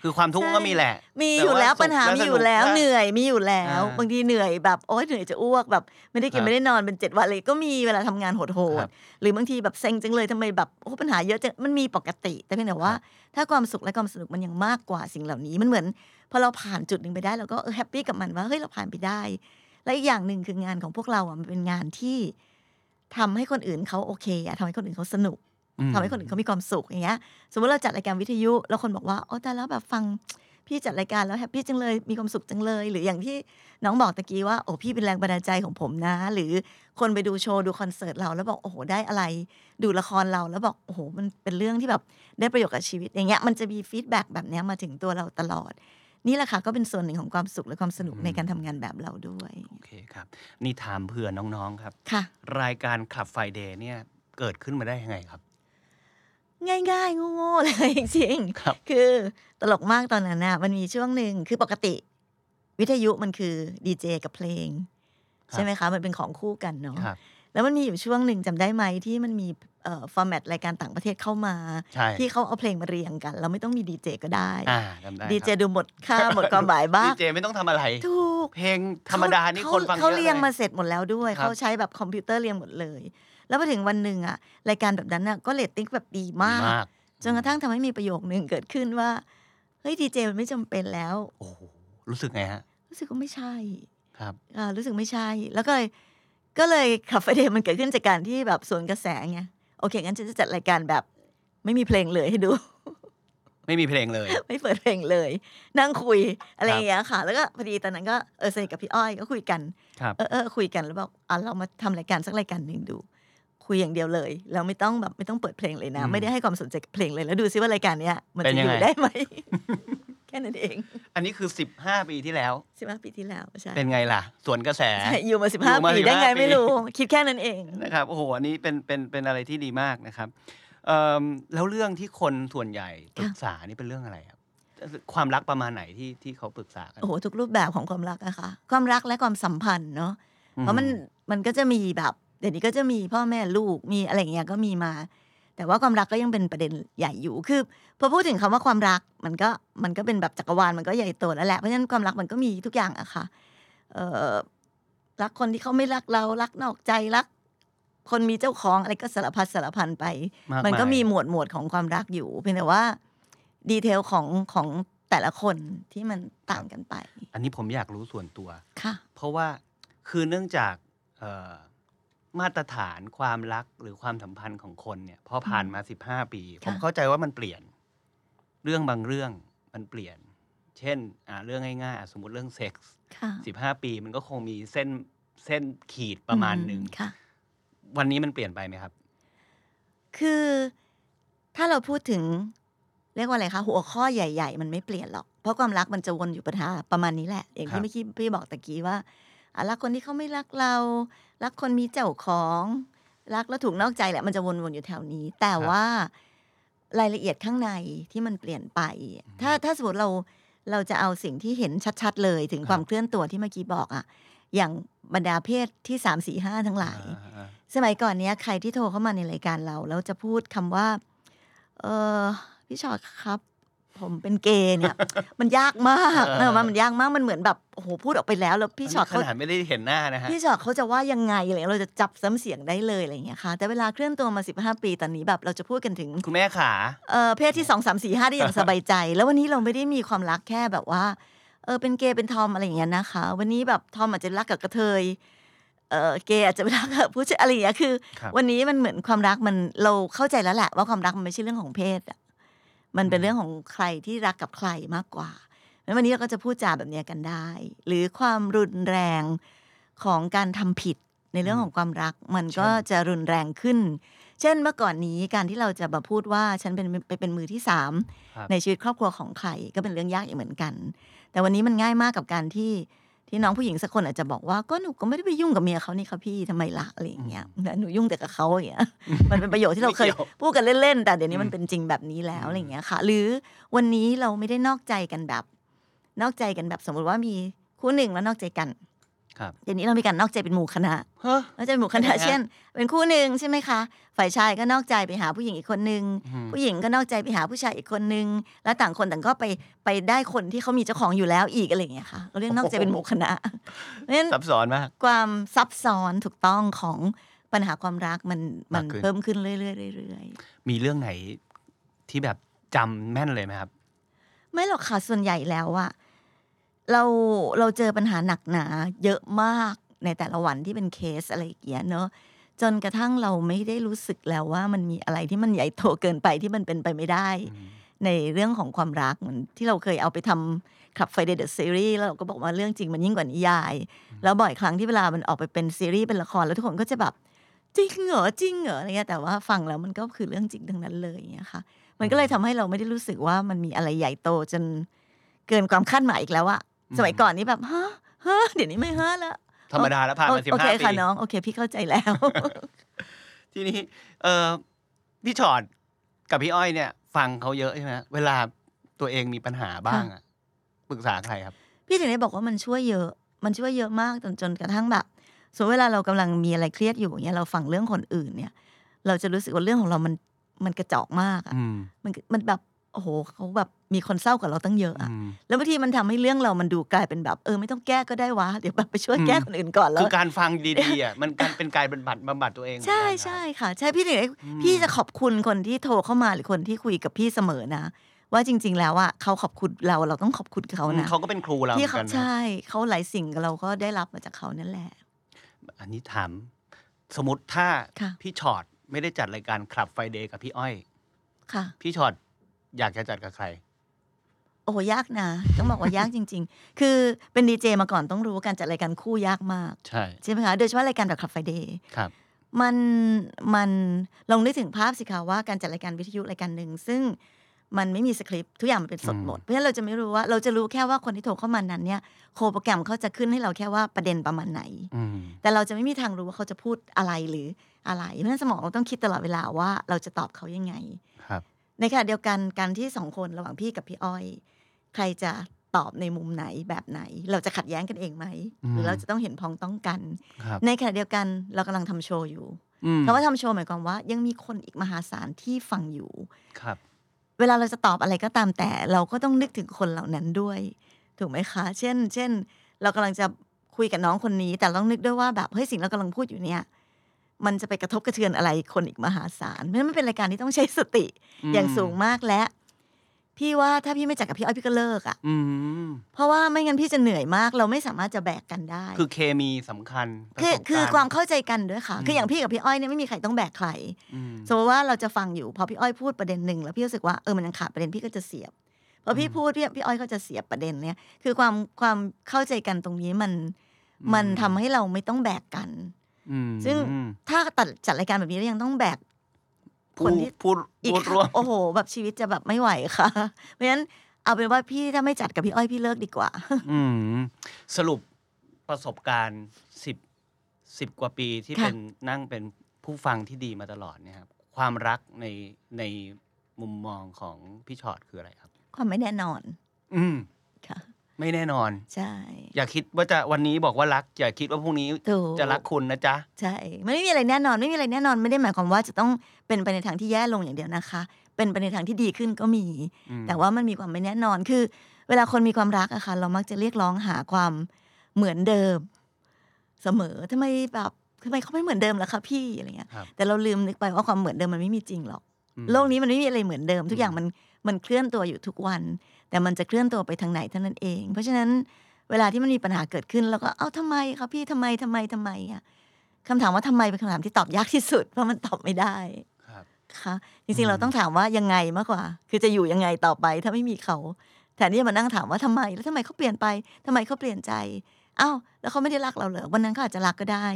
คือความทุกข์
ใช่
มันก็มีแหละ
มีอยู่แล้ว
ต่
ปัญหา
สุข
มีอยู่แล้ว
สก
เหนื่อยมีอยู่แล้ว
อ่า
บางทีเหนื่อยแบบโอ๊ยเหนื่อยจะอ้วกแบบไม่ได้กิ
ครั
น
บ
ไม่ได้นอนเป็นเจ็ดวันเลยก็มีเวลาทำงานโห
ครั
ด
บ
ๆหรือบางทีแบบเซ็งจังเลยทำไมแบบโอ้ปัญหาเยอะจังมันมีปกติ แต่เพียงแต่ว่า
ครับ
ถ้าความสุขและความสนุกมันยังมากกว่าสิ่งเหล่านี้มันเหมือนพอเราผ่านจุดหนึ่งไปได้เราก็เออแฮปปี้กับมันว่าเฮ้ยเราผ่านไปได้ และอีกอย่างหนึ่งคืองานของพวกเราอ่ะมันเป็นงานที่ทำให้คนอื่นเขาโอเคอะทำให้คนอื่นเขาสนุก
อืม
ทำให้คนอื่นเขามีความสุขอย่างเงี้ย สมมติเราจัดรายการวิทยุ แล้วคนบอกว่าอ๋อแต่แล้วแบบฟัง พี่จัดรายการแล้วแฮปปี้จังเลยมีความสุขจังเลย หรืออย่างที่น้องบอกตะกี้ว่าโอ้พี่เป็นแรงบันดาลใจของผมนะ หรือคนไปดูโชว์ดูคอนเสิร์ตเราแล้วบอกโอ้โหได้อะไร ดูละครเราแล้วบอกโอ้โหมันเป็นเรื่องที่แบบได้ประโยชน์กับชีวิต อย่างเงี้ยมันจะมีฟีดแบ็กแบบเนี้ยมาถึงตัวเราตลอด นี่แหละค่ะก็เป็นส่วนหนึ่งของความสุขและความสนุกในการทำงานแบบเราด้วย
โอเคครับ นี่ถามเผื่อน้องๆครับ
ค่ะ
รายการขับไฟเดย์เนี่ยเกิดขึ้นมาได้ยังไงครับ
ง่ายๆโง่ๆเลย จริงๆ
ครับ
คือตลกมากตอนนั้นน่ะมันมีช่วงหนึ่งคือปกติ วิทยุมันคือดีเจกับเพลง
ครับ
ใช่ไหมคะ มันเป็นของคู่กันเนาะ
ครับ
แล้วมันมีอยู่ช่วงหนึ่งจำได้ไหมที่มันมีเอ่อฟอร์แมตรายการต่างประเทศเข้ามา
ใช่
ที่เขาเอาเพลงมาเรียงกัน เราไม่ต้องมีดีเจก็ได้
อ่าจำได้
ดีเจ
ครับ
ดูหมดค่าหมดความหมายบ้า
ดี
ง
เจไม่ต้องทำอะไร
ถูก
เพลงธรรมดานี่
เข
คนฟังเยอะ
เขาเรียงมา
ล
เสร็จหมดแล้วด้วย
ครับ
เขาใช้แบบคอมพิวเตอร์เรียงหมดเลย แล้วพอถึงวันหนึ่งอะรายการแบบนั้นอะก็เรตติ้งแบบดีมาก
มาก
จนกระทั่งทำให้มีประโยคหนึ่งเกิดขึ้นว่า เฮ้ยดีเจมันไม่จำเป็นแล้ว
โอ้โหรู้สึกไงฮะ
รู้สึกว่าไม่ใช่
ครับ
อ่ารู้สึกไม่ใช่ แล้วก็เลยก็เลยคาเฟ่เดย์มันเกิดขึ้นจากการที่แบบสวนกระแสไงโอเคงั้นฉันจะจัดรายการแบบ ไม่มีเพลงเลยให้ดู
ไม่มีเพลงเลย
ไม่เปิดเพลงเลย นั่งคุยอะไรอย่างเงี้ยค่ะ แล้วก็พอดีตอนนั้นก็เออสนิทกับพี่อ้อยก็คุยกัน
ครับ
เออเออคุยกันแล้วบอกอ่ะเรามาทำรายการสักรายการหนึ่งดู คุยอย่างเดียวเลยแล้วไม่ต้องแบบไม่ต้องเปิดเพลงเลยนะ
อืม
ไม่ได้ให้ความสนใจกับเพลงเลยแล้วดูซิว่ารายการเนี้ยมัน
เป็
จะ
นยั
อง
ไง
ยู่ได้ไหม แค่นั้นเอง
อันนี้คือ 15 ปีที่แล้ว
สิบห้าปีที่แล้วใช่
เป็นไงล่ะ สวนกระแส
ใช่อยู่มาสิบห้า
อยู่มา
ปีได้ไง
15
ไม่รู้ คิดแค่นั้นเอง
นะครับโอ้โหอันนี้เป็นเป็นเป็นอะไรที่ดีมากนะครับเอิ่มแล้วเรื่องที่คนส่วนใหญ่ปรึกษานี่เป็นเรื่องอะไรครับ ความรักประมาณไหนที่ที่เขาปรึกษากัน
โอ้โหทุกรูปแบบของความรักอะค่ะ ความรักและความสัมพันธ์เนาะเพราะมันมันก็จะมีแบบเดี๋ยวนี้ก็จะมีพ่อแม่ลูกมีอะไรอย่างเงี้ยก็มีมา แต่ว่าความรักก็ยังเป็นประเด็นใหญ่อยู่คือพอพูดถึงคำว่าความรักมันก็มันก็เป็นแบบจักรวาลมันก็ใหญ่โตแล้วแหละเพราะฉะนั้นความรักมันก็มีทุกอย่างอะค่ะเอ่อรักคนที่เขาไม่รักเรารักนอกใจรัก คนมีเจ้าของอะไรก็สารพัดสารพันไป
าย
มันก็มีหมวดหมวดของความรักอยู่เพียงแต่ว่าดีเทลของของแต่ละคนที่มันต่างกันไป
อันนี้ผมอยากรู้ส่วนตัว
ค่ะ
เพราะว่าคือเนื่องจากเอ่อมาตรฐานความรักหรือความสัมพันธ์ของคนเนี่ยพอผ่านมา 15 ปี ผม
ค่ะ
เข้าใจว่ามันเปลี่ยน เรื่องบางเรื่องมันเปลี่ยน เช่นอ่าเรื่องง่ายๆอ่ะสมมติเรื่องเซ็กส์
ค่ะ
สิบห้าปีมันก็คงมีเส้นเส้นขีดประมาณหนึ่ง
อืค่ะ
วันนี้มันเปลี่ยนไปไหมครับ
คือถ้าเราพูดถึงเรียกว่าอะไรคะหัวข้อใหญ่ ๆ มันไม่เปลี่ยนหรอก เพราะความรักมันจะวนอยู่ปัญหาประมาณนี้แหละ อย่าง
ครั
ที่
บ
เมื่อกี้พี่บอกตะกี้ว่าอ่ะรักคนที่เขาไม่รักเรา รักคนมีเจ้าของ รักแล้วถูกนอกใจแหละมันจะวนๆอยู่แถวนี้ แต่
ครับ
ว่ารายละเอียดข้างในที่มันเปลี่ยนไป ถ้าถ้าสมมติเราเราจะเอาสิ่งที่เห็นชัดๆ เลยถึง
ครับ
ความเคลื่อนตัวที่เมื่อกี้บอกอ่ะอย่างบรรดาเพศที่สามสี่ห้าทั้งหลาย
อ่า
สมัยก่อนเนี้ยใครที่โทรเข้ามาในรายการเรา แล้วจะพูดคำว่า เออพี่ชอตครับ ผมเป็นเกย์เนี่ย มันยากมาก
เออ
เออมันมันยากมากมันเหมือนแบบโอ้โหพูดออกไปแล้ว แล้วพี่ชอต
ข
เขา
นาดไม่ได้เห็นหน้านะฮะ
พี่จอดเขาจะว่ายังไงอะไรเงี้ยเราจะจับซ้ำเสียงได้เลยอะไรอย่างเงี้ยค่ะ แต่เวลาเคลื่อนตัวมา 15 ปีตอนนี้แบบเราจะพูดกันถึง
คุณแม่ขา
เอ่อเพศที่ 2 3 4 5 ได้อย่าง สบายใจ แล้ววันนี้เราไม่ได้มีความรักแค่แบบว่าเออเป็นเกย์เป็นทอมอะไรอย่างเงี้ยนะคะ วันนี้แบบทอมอาจจะรักกับกระเทยเออเกย์อาจจะไปรักกับผู้ชายอะไรอย่างเงี้ยคือ
ครับ
วันนี้มันเหมือนความรักมันเราเข้าใจแล้วแหละว่าความรักมันไม่ใช่เรื่องของเพศอะมันเป็น
อืม
เรื่องของใครที่รักกับใครมากกว่าแล้ววันนี้เราก็จะพูดจาแบบเนี้ยกันได้ หรือความรุนแรงของการทำผิดในเรื่องของความรัก มันก็จะรุนแรงขึ้น เช่นเมื่อก่อนนี้การที่เราจะมาพูดว่าฉันเป็นไปเป็นมือที่สาม
ครับ
ในชีวิตครอบครัวของใครก็เป็นเรื่องยากอีกเหมือนกัน แต่วันนี้มันง่ายมากกับการที่ที่น้องผู้หญิงสักคนอาจจะบอกว่าก็หนูก็ไม่ได้ไปยุ่งกับเมียเขานี่ค่ะพี่ทำไมละอะไรอย่างเงี้ยแต่หนูยุ่งแต่กับเขาอย่างเงี้ย มันเป็นประโยชน์ที่เราเคย
ไม่เกี่ยว
พูดกันเล่นๆแต่เดี๋ยวนี้
อืม
มันเป็นจริงแบบนี้แล้ว
อืม
อะไรอย่างเงี้ยค่ะ หรือวันนี้เราไม่ได้นอกใจกันแบบ นอกใจกันแบบสมมติว่ามีคู่หนึ่งแล้วนอกใจกัน
ครับ
เดี๋ยวนี้เรามีการนอกใจเป็นหมู่คณะ
เฮ้อ
นอกใจหมู่คณะ
ใช่ไหมฮะ
เช่น เป็นคู่หนึ่งใช่ไหมคะ ฝ่ายชายก็นอกใจไปหาผู้หญิงอีกคนนึง
อืม
ผู้หญิงก็นอกใจไปหาผู้ชายอีกคนนึง แล้วต่างคนต่างก็ไปไปได้คนที่เขามีเจ้าของอยู่แล้วอีกอะไรอย่างเงี้ยค่ะเราเรียกนอกใจเป็นหมู่ค ณะเพราะฉะนั้น
ซับซ้อนมาก
ความซับซ้อนถูกต้องของปัญหาความรักมันมัน
มากขึ้น
เพิ่มขึ้นเรื่อยๆเรื่อย
มีเรื่องไหนที่แบบจำแม่นเลยไหมครับ
ๆไม่หรอกค่ะส่วนใหญ่แล้วอะเราเราเจอปัญหาหนักหนา เยอะมากในแต่ละวันที่เป็นเคสอะไรอย่างเงี้ยเนอะจนกระทั่งเราไม่ได้รู้สึกแล้วว่ามันมีอะไรที่มันใหญ่โตเกินไปที่มันเป็นไปไม่ได้ ในเรื่องของความรักเหมือนที่เราเคยเอาไปทำขับไฟเดอะซีรีส์แล้วเราก็บอกว่าเรื่องจริงมันยิ่งกว่านิยาย แล้วบ่อยครั้งที่เวลามันออกไปเป็นซีรีส์เป็นละครแล้วทุกคนก็จะแบบ จริงเหรอจริงเหรออะไรเงี้ยแต่ว่าฟังแล้วมันก็คือเรื่องจริงทั้งนั้นเลยอย่างเงี้ยค่ะ มันก็เลยทำให้เราไม่ได้รู้สึกว่ามันมีอะไรใหญ่โตจนเกินความคาดหมายอีกแล้วอะ
อืม
สมัยก่อนนี่แบบฮะฮะเดี๋ยวนี้ไม่ฮะแล้ว
ธรรมดาแล้วผ่านมาสิบ
โอเค
ห้าปี
ค่ะน้องโอเค พี่เข้าใจแล้ว
ทีนี้เออพี่ชอดกับพี่อ้อยเนี่ย ฟังเขาเยอะใช่ไหมเวลาตัวเองมีปัญหาบ้างอะปรึกษาใครครับ
พี่ถึงได้บอกว่ามันช่วยเยอะ มันช่วยเยอะมากจนจนกระทั่งแบบสมมติเวลาเรากำลังมีอะไรเครียดอยู่เนี่ยเราฟังเรื่องคนอื่นเนี่ย เราจะรู้สึกว่าเรื่องของเรามันมันกระจอกมากอะ
อืม
มันมันแบบโอ้โหเขาแบบมีคนเศร้ากว่าเราตั้งเยอะอะ
อืม
แล้วบางทีมันทำให้เรื่องเรามันดูกลายเป็นแบบเออไม่ต้องแก้ก็ได้วะเดี๋ยวแบบไปช่วยแก้
อืม
คนอื่นก่อนแล้
คื
ว
อการฟังดี ๆอ่ะมันการเป็นการบำบัดบำบัดตัวเองเหมือน
ใช่
กันนะ
ใช่ค่ะ ใช่พี่ถึงได้
อืม
พี่จะขอบคุณคนที่โทรเข้ามาหรือคนที่คุยกับพี่เสมอนะ ว่าจริง ๆ แล้วอะเขาขอบคุณเราเราต้องขอบคุณเขา
อืม
นะ
เขาก็เป็นครูเราเหมื
ที่
อน
เขา
กันนะ
ใช่เขาหลายสิ่งเราก็ได้รับมาจากเขานั่นแหละ
อันนี้ถาม สมมติถ้า
ค่ะ
พี่ชอดไม่ได้จัดรายการคลับไฟเดย์กับพี่อ้อย
ค่ะ
พี่ชอดอยากจะจัดกับใคร
โอ้โหยากนะ ต้องบอกว่ายากจริง ๆ คือเป็นดีเจมาก่อนต้องรู้ว่าการจัดรายการคู่ยากมาก
ใช่
ใช่ไหมคะ โดยเฉพาะรายการแบบ Club Friday
ครับ
มันมันลองนึกถึงภาพสิคะว่าการจัดรายการวิทยุรายการหนึ่ง ซึ่งมันไม่มีสคริปต์ทุกอย่างมันเป็นสด
อืม
หมด เพราะฉะนั้นเราจะไม่รู้ว่าเราจะรู้แค่ว่าคนที่โทรเข้ามานั้นเนี่ยโคโปรแกรมเขาจะขึ้นให้เราแค่ว่าประเด็นประมาณไหน
อืม
แต่เราจะไม่มีทางรู้ว่าเขาจะพูดอะไรหรืออะไร เพราะฉะนั้นสมองเราต้องคิดตลอดเวลาว่าเราจะตอบเขายังไง
ครับ
ในขณะเดียวกันการที่สองคนระหว่างพี่กับพี่อ้อย ใครจะตอบในมุมไหนแบบไหน เราจะขัดแย้งกันเองไหม
อืม
หรือเราจะต้องเห็นพ้องต้องกัน
ครับ
ในขณะเดียวกันเรากำลังทำโชว์อยู่
อืม
คำว่าทำโชว์หมายความว่า ยังมีคนอีกมหาศาลที่ฟังอยู่
ครับ
เวลาเราจะตอบอะไรก็ตามแต่ เราก็ต้องนึกถึงคนเหล่านั้นด้วย ถูกไหมคะ เช่น เช่น เรากำลังจะคุยกับน้องคนนี้ แต่ต้องนึกด้วยว่าแบบเฮ้ยสิ่งเรากำลังพูดอยู่เนี่ยมันจะไปกระทบกระเทือนอะไรคนอีกมหาศาลเพราะฉะนั้นมันเป็นรายการที่ต้องใช้สติ อย่างสูงมากและ พี่ว่าถ้าพี่ไม่จัดกับพี่อ้อยพี่ก็เลิกอะ่ะ
อืม
เพราะว่าไม่งั้นพี่จะเหนื่อยมาก เราไม่สามารถจะแบกกันได้
คือเคมีสำคัญประส
คือบ คือ
รณ์
ความเข้าใจกันด้วยค่ะ
อืม
คืออย่างพี่กับพี่อ้อยเนี่ยไม่มีใครต้องแบกใคร
อืม
สมมติว่าเราจะฟังอยู่พอพี่อ้อยพูดประเด็นหนึ่งแล้วพี่รู้สึกว่าเออมันยังขาดประเด็นพี่ก็จะเสียบพอพี่
อืม
พูดพี่พี่อ้อยก็จะเสียบประเด็นเนี่ย คือความความเข้าใจกันตรงนี้มัน
อืม
มันทำให้เราไม่ต้องแบกกัน
อืม
ซึ่ง ถ้าตัดจัดรายการแบบนี้แล้วยังต้องแบก
ผู้
คนที่
ผู้
อีก
ผู้ร่วม
โอ้โห แบบชีวิตจะแบบไม่ไหวค่ะ เพราะฉะนั้นเอาเป็นว่าพี่ถ้าไม่จัดกับพี่อ้อยพี่เลิกดีกว่า
อืมสรุปประสบการณ์สิบสิบกว่าปีที่
ค่ะ
เป็นนั่งเป็นผู้ ผู้ฟังที่ดีมาตลอดเนี่ยครับความรักในในมุมมองของพี่ชอตคืออะไรครับ
ความไม่แน่นอน
อืม
ค่ะ
ไม่แน่นอน
ใช่
อย่าคิดว่าจะวันนี้บอกว่ารัก อย่าคิดว่าพรุ่งนี้
ถูก
จะรักคุณนะจ๊ะ
ใช่มันไม่มีอะไรแน่นอน ไม่มีอะไรแน่นอน ไม่ได้หมายความว่าจะต้องเป็นไปในทางที่แย่ลงอย่างเดียวนะคะ เป็นไปในทางที่ดีขึ้นก็มี
อืม
แต่ว่ามันมีความไม่แน่นอน คือ เวลาคนมีความรักอะค่ะ เรามักจะเรียกร้องหาความเหมือนเดิม เสมอทำไมแบบทำไมเขาไม่เหมือนเดิมล่ะคะพี่ อะไรเงี้ย
ครับ
แต่เราลืมนึกไปว่าความเหมือนเดิมมันไม่มีจริงหรอก
อืม
โลกนี้มันไม่มีอะไรเหมือนเดิม ทุ
อื
ก
ม
อย่างมันมันเคลื่อนตัวอยู่ทุกวัน แต่มันจะเคลื่อนตัวไปทางไหนเท่านั้นเอง เพราะฉะนั้นเวลาที่มันมีปัญหาเกิดขึ้น แล้วก็เอ้าทำไมคะพี่ทำไมทำไมทำไมอ่ะคำถามว่าทำไมเป็นคำถามที่ตอบยากที่สุด เพราะมันตอบไม่ได้
ครับ
ค่ะจริงๆเราต้องถามว่ายังไงมากกว่า คือจะอยู่ยังไงต่อไปถ้าไม่มีเขาแทนที่จะมานั่งถามว่าทำไมแล้วทำไมเขาเปลี่ยนไปทำไมเขาเปลี่ยนใจเอ้าแล้วเขาไม่ได้รักเราเหรอวันนั้นเขาอาจจะรักก็ได้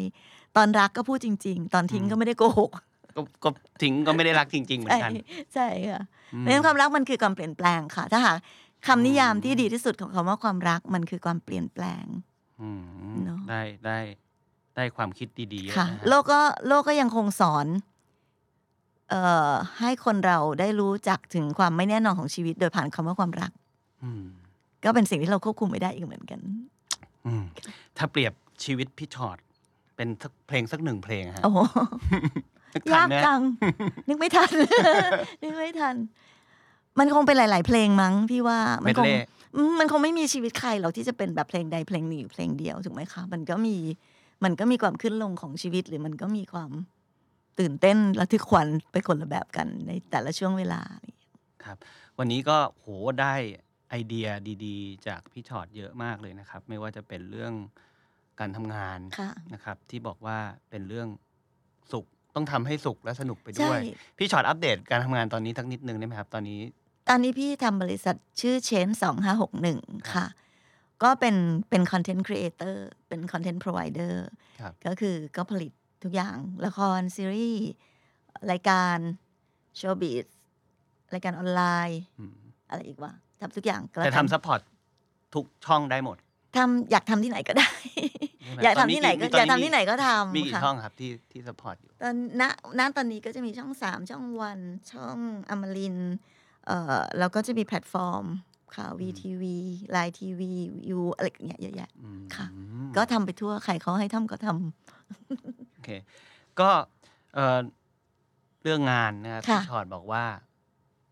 ตอนรักก็พูดจริง ๆ ตอนทิ้งก็ไม่ได้โกหก
ก็ก็ทิ้งก็ไม่ได้รักจริง ๆ เหมือน
ใช่
กัน
ใช่ค่ะ
อื
เพราะฉะนั้นความรักมันคือความเปลี่ยนแปลงค่ะ ถ้าหากคำนิยามที่ดีที่สุดของคำว่าความรักมันคือความเปลี่ยนแปลง
อืม
เนอะ
ได้ได้ได้ความคิดดีๆเยอะ
ค่ะ
นะฮะ
โลกก็โลกก็ยังคงสอนเอ่อให้คนเราได้รู้จักถึงความไม่แน่นอนของชีวิต โดยผ่านคำว่าความรัก
อืม
ก็เป็นสิ่งที่เราควบคุมไม่ได้อีกเหมือนกัน
อืมถ้าเปรียบชีวิตพี่ชอตเป็นสักเพลงสักหนึ่งเพลงฮะ
โอ้โห
นึ ทัน
ยาก
ไหม
จัง นึกไม่ทัน นึกไม่ทัน มันคงเป็นหลาย ๆ เพลงมั้งพี่ว่ามั
เมด
คง
เล่
อืมมันคงไม่มีชีวิตใครหรอกที่จะเป็นแบบเพลงใดเพลงหนึ่งอยู่เพลงเดียวถูกไหมคะ มันก็มีมันก็มีความขึ้นลงของชีวิตหรือมันก็มีความตื่นเต้นระทึกขวัญไปคนละแบบกันในแต่ละช่วงเวลา
วันนี้ก็โหได้ไอเดียดีๆ จากพี่ชอตเยอะมากเลยนะครับ ไม่ว่าจะเป็นเรื่องการทำงาน
ค่ะ
นะครับ ที่บอกว่าเป็นเรื่องสุขต้องทำให้สุขและสนุกไปด้
ใช่
วย พี่ชอตอัปเดตการทำงานตอนนี้สักนิดนึงได้ไหมครับ ตอนนี้
ตอนนี้พี่ทำบริษัทชื่อเชนสองห้าหกหนึ่งค่ะ ก็เป็นเป็นคอนเทนต์ครีเอเตอร์เป็นคอนเทนต์พร o วเดอร์
ครับ
ก็คือก็ผลิตทุกอย่างละคร ซีรีส์ รายการโชว์บีสรายการออนไลน์
อืม
อะไรอีกวะทำทุกอย่างก็แล้ว
แต่
กัน
ทำซัพพอร์ตทุกช่องได้หมด
ทำอยากทำที่ไหนก็ได้
ใช่ม
อยาก
ต
ทำที่ไหนก็
ต
อยากทำที่ไหนก็ท
มี
ำ
กี่
ค่ะ
ช่องครับที่ที่ซัพพอร์ตอยู่
ตอนณณตอนนี้ก็จะมีช่องสามช่องวัน ช่องอมรินทร์เอ่อแล้วก็จะมีแพลตฟอร์มค่ะ VTV ไลน์ทีวียูอะไรอย่างเงี้ยเยอะแยะ
อืม
ค่ะ ก็ทำไปทั่วใครเขาให้ทำก็ทำ
โอเค ก็เอ่อเรื่องงานนะครับ
ค่ะ
พี่ชอดบอกว่า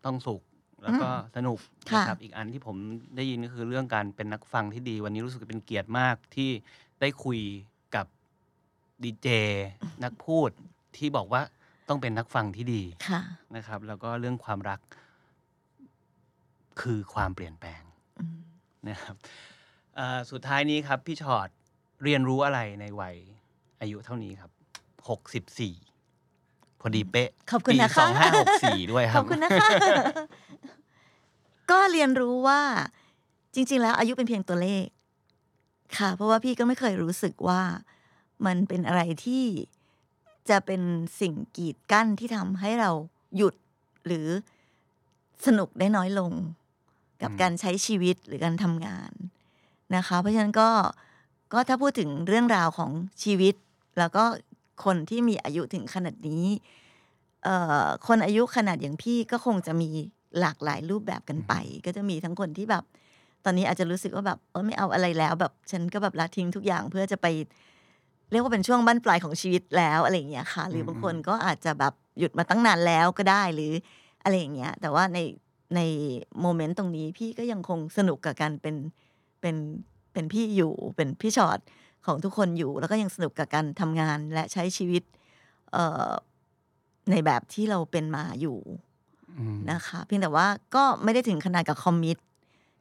ต้องสุขแล้วก็สนุก
ค่ะ
นะครับอีกอันที่ผมได้ยินก็คือเรื่องการเป็นนักฟังที่ดี วันนี้รู้สึกเป็นเกียรติมากที่ได้คุยกับดีเจนักพูดที่บอกว่าต้องเป็นนักฟังที่ดี
ค่ะ
นะครับ แล้วก็เรื่องความรัก คือความเปลี่ยนแปลง
อืม
นะครับเอ่อสุดท้ายนี้ครับ พี่ชอดเรียนรู้อะไรในวัยอายุเท่านี้ครับหกสิบสี่พอดีเป๊ะ
ขอบคุณนะคะ
ปีสองห้าหกสี่ด้วยค
ข
รั
อ
บบ
คุณนะคะ ก็เรียนรู้ว่าจริง ๆ แล้วอายุเป็นเพียงตัวเลข ค่ะ เพราะว่าพี่ก็ไม่เคยรู้สึกว่ามันเป็นอะไรที่จะเป็นสิ่งกีดกั้นที่ทำให้เราหยุดหรือสนุกได้น้อยลง กับการใช้ชีวิตหรือการทำงานนะคะ เพราะฉะนั้นก็ก็ถ้าพูดถึงเรื่องราวของชีวิต แล้วก็คนที่มีอายุถึงขนาดนี้ เอ่อคนอายุขนาดอย่างพี่ก็คงจะมีหลากหลายรูปแบบกันไป ก็จะมีทั้งคนที่แบบ ตอนนี้อาจจะรู้สึกว่าแบบเออไม่เอาอะไรแล้วแบบฉันก็แบบละทิ้งทุกอย่างเพื่อจะไป เรียกว่าเป็นช่วงบั้นปลายของชีวิตแล้วอะไรอย่างเงี้ยค่ะ หรือบางคนก็อาจจะแบบหยุดมาตั้งนานแล้วก็ได้หรืออะไรอย่างเงี้ย แต่ว่าในในโมเมนต์ตรงนี้พี่ก็ยังคงสนุกกับการเป็นเป็นเป็นพี่อยู่เป็นพี่ชอตของทุกคนอยู่ แล้วก็ยังสนุกกับการทำงานและใช้ชีวิต เอ่อในแบบที่เราเป็นมาอยู่
อืม
นะคะ เพียงแต่ว่าก็ไม่ได้ถึงขนาดกับคอมมิต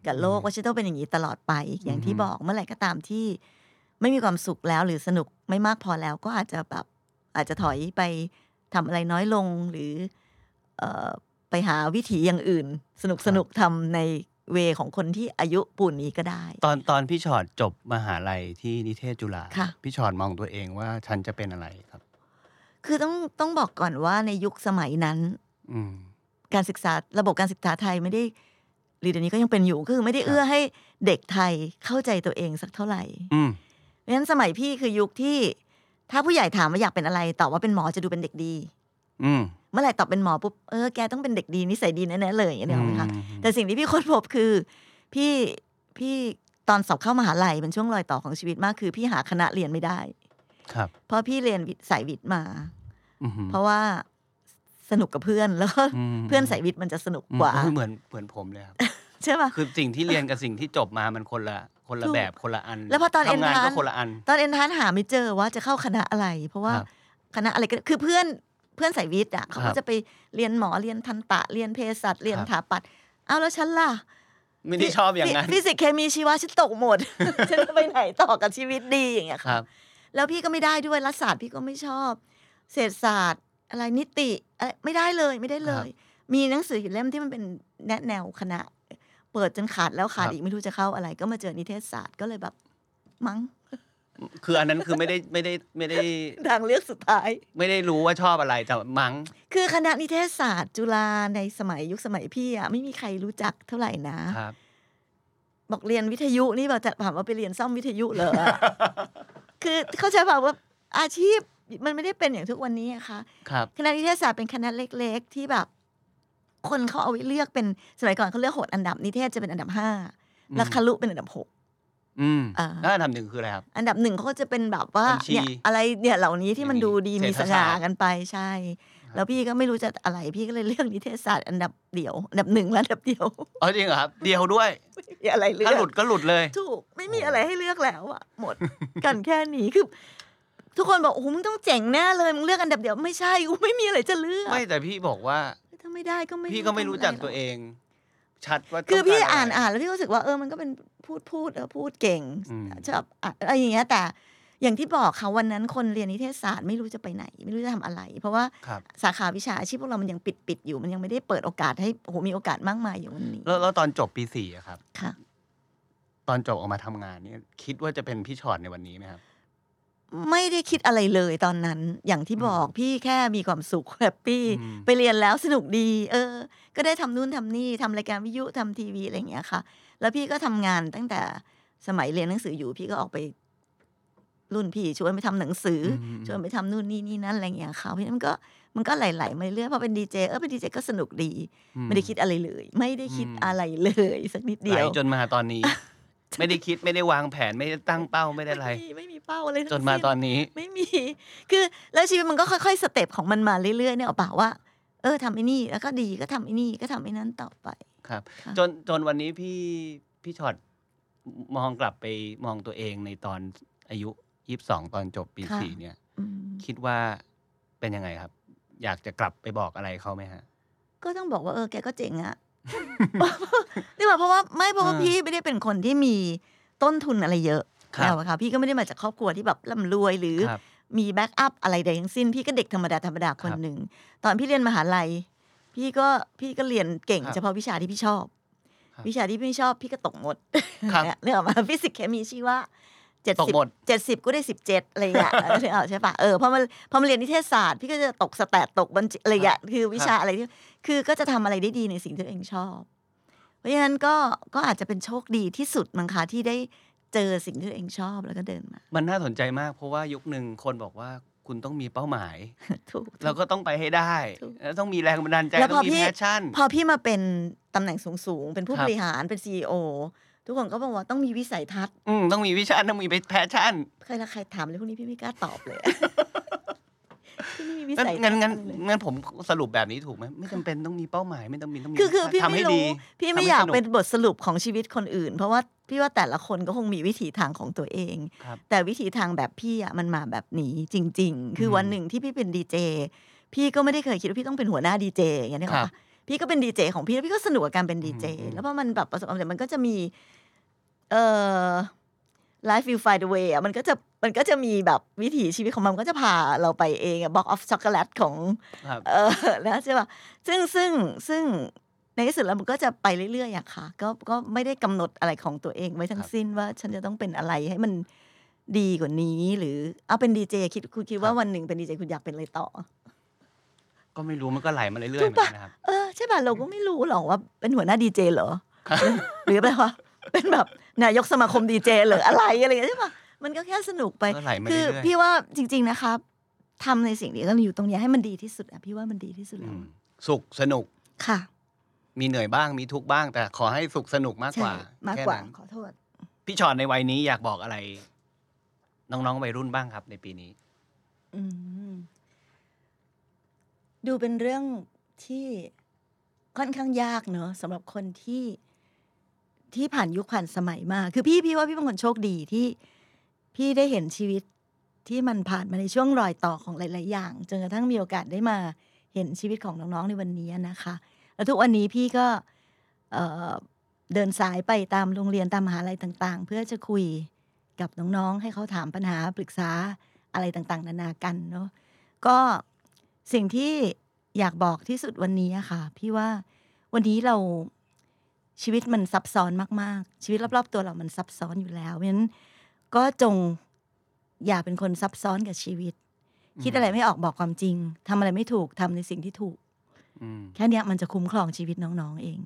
กับโลก
อืม
ว่าฉันต้องเป็นอย่างนี้ตลอดไป อย่างที่
อือฮึ
บอกเมื่อไหร่ก็ตามที่ไม่มีความสุขแล้วหรือสนุกไม่มากพอแล้วก็อาจจะแบบอาจจะถอยไปทำอะไรน้อยลงหรือ เอ่อไปหาวิถีอย่างอื่น สนุกสนุกทำในเวของคนที่อายุปุ่นนี้ก็ได้
ตอนตอนพี่ชอดจบมหาลัยที่นิเทศจุฬา
ค่ะ
พี่ชอดมองตัวเองว่าฉันจะเป็นอะไรครับ
คือต้องต้องบอกก่อนว่าในยุคสมัยนั้น
อืม
การศึกษาระบบการศึกษาไทยไม่ได้หรือเดี๋ยวนี้ก็ยังเป็นอยู่ก็คือไม่ได้เอื้อให้เด็กไทยเข้าใจตัวเองสักเท่าไหร่
อืม
เพราะฉะนั้นสมัยพี่คือยุคที่ ถ้าผู้ใหญ่ถามว่าอยากเป็นอะไรตอบว่าเป็นหมอจะดูเป็นเด็กดี
อืม
เมื่อไหร่ตอบเป็นหมอปุ๊บเออแกต้องเป็นเด็กดีนิสัยดีแน่ๆเลยอย่างเงี้ยนึกออกไหมคะ
อืม
แต่สิ่งที่พี่ค้นพบคือ พี่พี่ตอนสอบเข้ามหาลัยเป็นช่วงรอยต่อของชีวิตมากคือ พี่หาคณะเรียนไม่ได้
ครับ
เพราะพี่เรียนวิทย์สายวิทย์มา
อือหือ
เพราะว่าสนุกกับเพื่อนแล้วก็
ม
เพื่อนสายวิทย์มันจะสนุกกว่า
อืมเหมือนเหมือนผมเลยครับ
ใช่ปะ
คือสิ่งที่เรียนกับสิ่งที่จบมามันคนละคนละ
ถูก
แบบคนละอัน
แล้วพอตอน
ทำงาน
entrance
ก็คนละอัน
ตอนเอ็นทรานซ์หาไม่เจอว่าจะเข้าคณะอะไร เพราะว่า
ครับ
คณะอะไรก็คือเพื่อนเพื่อนสายวิทย์อ่ะเขา
ครั
ก็
บ
จะไปเรียนหมอเรียนทันตะเรียนเภสัชเรียน
ครับ
ถาปัตย์เอาแล้วฉันล่ะ
ไม่ได้ชอบอย่างนั้น
ฟิสิกส์เคมีชีวะฉันตกหมด ฉันจะไปไหนต่อกับชีวิตดีอย่างเงี้ย
ค
ค่ะ
รับ
แล้วพี่ก็ไม่ได้ด้วยรัฐศาสตร์พี่ก็ไม่ชอบ เศรษฐศาสตร์อะไรนิติอะไรไม่ได้เลยไม่ได้เลย มีหนังสืออยู่เล่มที่มันเป็นแนะแนวคณะ เปิดจนขาดแล้วขาด
ครับ
อีกไม่รู้จะเข้าอะไร ก็มาเจอนิเทศศาสตร์ก็เลยแบบ มั้ง
คืออันนั้นคือไม่ได้ไม่ได้ไม่ได้
ทางเลือกสุดท้าย
ไม่ได้รู้ว่าชอบอะไรแต่มั้ง
คือคณะนิเทศศาสตร์จุฬาในสมัยยุคสมัยพี่อะไม่มีใครรู้จักเท่าไหร่นะ
ครับ
บอกเรียนวิทยุนี่บอกจะถามว่าไปเรียนซ่อมวิทยุเหร อ คือเข้าใจป่าว่าอาชีพมันไม่ได้เป็นอย่างทุกวันนี้อะค่ะ
ครับ
คณะนิเทศศาสตร์เป็นคณะเล็ก ๆ ที่แบบ คนเขาเอาไว้เลือกเป็นสมัยก่อนเขาเลือกหกอันดับนิเทศจะเป็นอันดับห้า
อืม
แล้วคารุเป็นอันดับหก
อืม
อ่า
แล้วอันดับหนึ่งคืออะไรครับ
อันดับหนึ่งเขาก็จะเป็นแบบว่า
บัญชี
เนี่ยอะไรเนี่ยเหล่านี้ที่มันดูดี
เศร
มี
ษฐ
ส
ศาสตร์
ง่ากันไปใช่
ครับ
แล้วพี่ก็ไม่รู้จะอะไร พี่ก็เลยเลือกนิเทศศาสตร์อันดับเดียวอันดับหนึ่งและอันดับเดียว
อ๋อจริงเหรอครับ เดียวด้วย
ไม่มีอะไรเลือก
ถ้าหลุดก็หลุดเลย
ถูกไม่มีอะไรให้เลือกแล้วอะหม ด กันแค่นี้คือ ทุกคนบอกโอ้โหมึงต้องเจ๋งแน่เลยมึงเลือกอันดับเดียวไม่ใช่กูไม่มีอะไรจะเลือก
ไม่แต่พี่บอกว่า
ถ้าไม่ได้ก็ไม่
พี่ก็ไม่รู้จัก
ทำะไห
ตัวเอง ชัดว่าต้ง
คือพี่
กร
อ่าน
ไร
อ่านแล้วพี่ก็รู้สึกว่าเออมันก็เป็นพูดพูดเออพูดเก่ง
อืม
ชอบอ่ะอะไรอย่างเงี้ยแต่อย่างที่บอกค่ะวันนั้นคนเรียนนิเทศศาสตร์ไม่รู้จะไปไหน ไม่รู้จะทำอะไร เพราะว่า
ครับ
สาขาวิชาอาชีพพวกเรามันยังปิดปิดๆอยู่มันยังไม่ได้เปิดโอกาสให้โอ้โหมีโอกาสมากมายอยู่วันนี้
แล้วแล้วตอนจบปีสี่อะครับ
ค่ะ
ตอนจบออกมาทำงานเนี่ยคิดว่าจะเป็นพี่ชอดในวันนี้ไหมครับ
ไม่ได้คิดอะไรเลยตอนนั้น อย่างที่บอกพี่แค่มีความสุขแฮปปี้
อืม
ไปเรียนแล้วสนุกดี เออ ก็ได้ทำนู่นทำนี่ทำรายการวิทยุทำทีวีอะไรอย่างเงี้ยค่ะ แล้วพี่ก็ทำงานตั้งแต่สมัยเรียนหนังสืออยู่ พี่ก็ออกไปรุ่นพี่ชวนไปทำหนังสืออ
ม
ชวนไปทำนู่นนี่นี่นั่นอะไรอย่างเงี้ยค่ะเพราะฉะนั้นมันก็มันก็ไหลๆมาเรื่อยๆพอเป็นดีเจเออเป็นดีเจก็สนุกดี ไม่ได้คิดอะไรเลย ไม่ได้คิด
อืม
อะไรเลยสักนิด
ไห
เดียว
ลจนมาตอนนี้ ไม่ได้คิดไม่ได้วางแผนไม่ได้ตั้งเป้าไม่ได้อะไร
ม่มีไม่มีเป้าอะไรทั้ง
จนมา
สิ้
ตอนนี้
ไม่มี คือแล้วชีวิตมันก็ค่อยๆ สเต็ปของมันมาเรื่อยๆเนี่ยเอาเปล่าว่า เออทำไอ้นี่แล้วก็ดีก็ทำไอ้นี่ก็ทำไอ้นั้นต่อไป
ครับ
ค่ะ
จนจนวันนี้พี่พี่ช็อตมองกลับไปมองตัวเองในตอนอายุยี่สิบสองตอนจบปีสี่เนี่ย
อืม
คิดว่าเป็นยังไงครับ อยากจะกลับไปบอกอะไรเขาไหมฮะ
ก็ต้องบอกว่าเออแกก็เจ๋งอะ นี่หมายเพราะว่าไม่เพราะว่า
อ่า
พี่ไม่ได้เป็นคนที่มีต้นทุนอะไรเยอะ
ครับ
แล้วอะค่ะพี่ก็ไม่ได้มาจากครอบครัวที่แบบร่ำรวยหรือ
ครับ
มีแบ็กอัพอะไรใดทั้งสิ้น พี่ก็เด็กธรรมดาธรรมดาคนหนึ่ง ตอนพี่เรียนมหาลัย พี่ก็พี่ก็เรียนเก่ง
ครับ
เฉพาะวิชาที่พี่ชอบ
ครับ
วิชาที่พี่ไม่ชอบพี่ก็ตกหมด
ครับ
เนี่ยเรื่องออกมาฟิสิกส์เคมีชีวะเจ็ด
ตก
สิบ
หมด
เจ็ดสิบก็ได้สิบเจ็ดอะไรอย่างเงี้ ยเออเอาใช่ปะเออพอมาพอมาเรียนนิเทศศาสตร์ พี่ก็จะตกสแตทตกบัญชีอะไรอย่างเงี้ยคือวิชาอะไรที่คือก็จะทำอะไรได้ดีในสิ่งที่ตัวเองชอบ เพราะฉะนั้นก็ก็อาจจะเป็นโชคดีที่สุดมั้งคะที่ได้เจอสิ่งที่ตัวเองชอบแล้วก็เดินมา
มันน่าสนใจมาก เพราะว่ายุคหนึ่งคนบอกว่าคุณต้องมีเป้าหมาย
ถูก
เราก็ต้องไปให้ได้
ถูก
แล้วต้องมีแรงบันดาลใจ
แล้ว
ต้
พ
อ
อง
มี
พี่
แพชชั่น
พอพี่มาเป็นตำแหน่งสูง ๆ เป็นผู้
ครับ บ
ริหารเป็นซีอทุกคนก็บอกว่าต้องมีวิสัยทัศน์
อืมต้องมีวิชั่นต้องมีแพชชั่น
ใครละใครถามเลยพวกนี้พี่ไม่กล้าตอบเลย พี่ไม่มีวิ
งั้น
สัยทัศน์
งั้นงั้น
เลย
งั้นผมสรุปแบบนี้ถูกไหมไม่จำเป็นต้องมีเป้าหมายไม่ต้องมีต้องมี
คือคือพี่
ทำ
ไม่
ให้ดี
รู้พี่ไม่
ทำให้
อยาก
สนุก
เป็นบทสรุปของชีวิตคนอื่น เพราะว่าพี่ว่าแต่ละคนก็คงมีวิถีทางของตัวเอง
ครับ
แต่วิถีทางแบบพี่อ่ะมันมาแบบนี้จริง ๆ คือ
ม
วันหนึ่งที่พี่เป็นดีเจพี่ก็ไม่ได้เคยคิดว่าพี่ต้องเป็นหัวหน้าดีเจอย่างเงี้ยนึกออก
ครั
ปะ
บ
พี่ก็เป็นดีเจของพี่แล้วพี่ก็สนุกกับการเป็นดีเจ
อืม
แล้วพอมันแบบประสบความสำเร็จมันก็จะมี เอ่อ life you find the way อ่ะมันก็จะมันก็จะมีแบบวิถีชีวิตของมันมันก็จะพาเราไปเองบ็อกออฟช็อกโกแลตของ
ครับ
เอ อแล้วใช่ป่ะซึ่งซึ่งซึ่งในที่สุดแล้วมันก็จะไปเรื่อยๆอะค่ะ ก็ก็ไม่ได้กำหนดอะไรของตัวเองไว้ทั้
ค
ง
รับ
สิ้นว่าฉันจะต้องเป็นอะไรให้มันดีกว่านี้ หรือเอาเป็นดีเจคิดคุณคิด
ค
ว่า
รับ
วันหนึ่งเป็นดีเจคุณอยากเป็นอะไรต่อ
ก็ไม่รู้มันก็ไหลมาเรื่อยๆ
ถู
เหมื
ก
อน
ปะ
กันนะครับ
เออใช่ป่ะเราก็ไม่รู้หรอกว่าเป็นหัวหน้าดีเจ เหรอหรือหรืออะไรวะเป็นแบบนายกสมาคมดีเจเหรืออะไรอะไรอย่างเงี้ยใช่ป่ะ มันก็แค่สนุกไป
ก็ไหลมา
คื
เรื่
อ
อย
พี่ว่าจริง ๆนะครับทำในสิ่งที่เราอยู่ตรงเนี้ยให้มันดีที่สุดอะพี่ว่ามันดีที่สุด
ๆอื
แล้ว
มสุขสนุก
ค่ะ
มีเหนื่อยบ้างมีทุกข์บ้าง แต่ขอให้สุขสนุกมากกว่า
ใช่มาก
แค่
กว่า
นั้น
ขอโทษ
พี่ชอดในวัยนี้อยากบอกอะไร น้องๆวัยรุ่นบ้างครับ ในปีนี้
อืมดูเป็นเรื่องที่ค่อนข้างยากเนอะสำหรับคนที่ที่ผ่านยุคผ่านสมัยมา คือพี่พี่ว่าพี่เป็นคนโชคดีที่พี่ได้เห็นชีวิตที่มันผ่านมาในช่วงรอยต่อของหลาย ๆ อย่างจนกระทั่งมีโอกาสได้มาเห็นชีวิตของน้อง ๆ ในวันนี้นะคะ แล้วทุกวันนี้พี่ก็เอ่อเดินสายไปตามโรงเรียนตามมหาลัยต่าง ๆ เพื่อจะคุยกับน้อง ๆ ให้เขาถามปัญหาปรึกษา อะไรต่างๆ นานากันเนาะก็สิ่งที่อยากบอกที่สุดวันนี้อะค่ะ พี่ว่าวันนี้เราชีวิตมันซับซ้อนมากๆ ชีวิตรอบๆตัวเรามันซับซ้อนอยู่แล้วเพราะฉะนั้นก็จงอย่าเป็นคนซับซ้อนกับชีวิต
อืม
คิดอะไรไม่ออกบอกความจริงทำอะไรไม่ถูกทำในสิ่งที่ถูก
อืม
แค่เนี้ยมันจะคุ้มครองชีวิตน้องๆเอง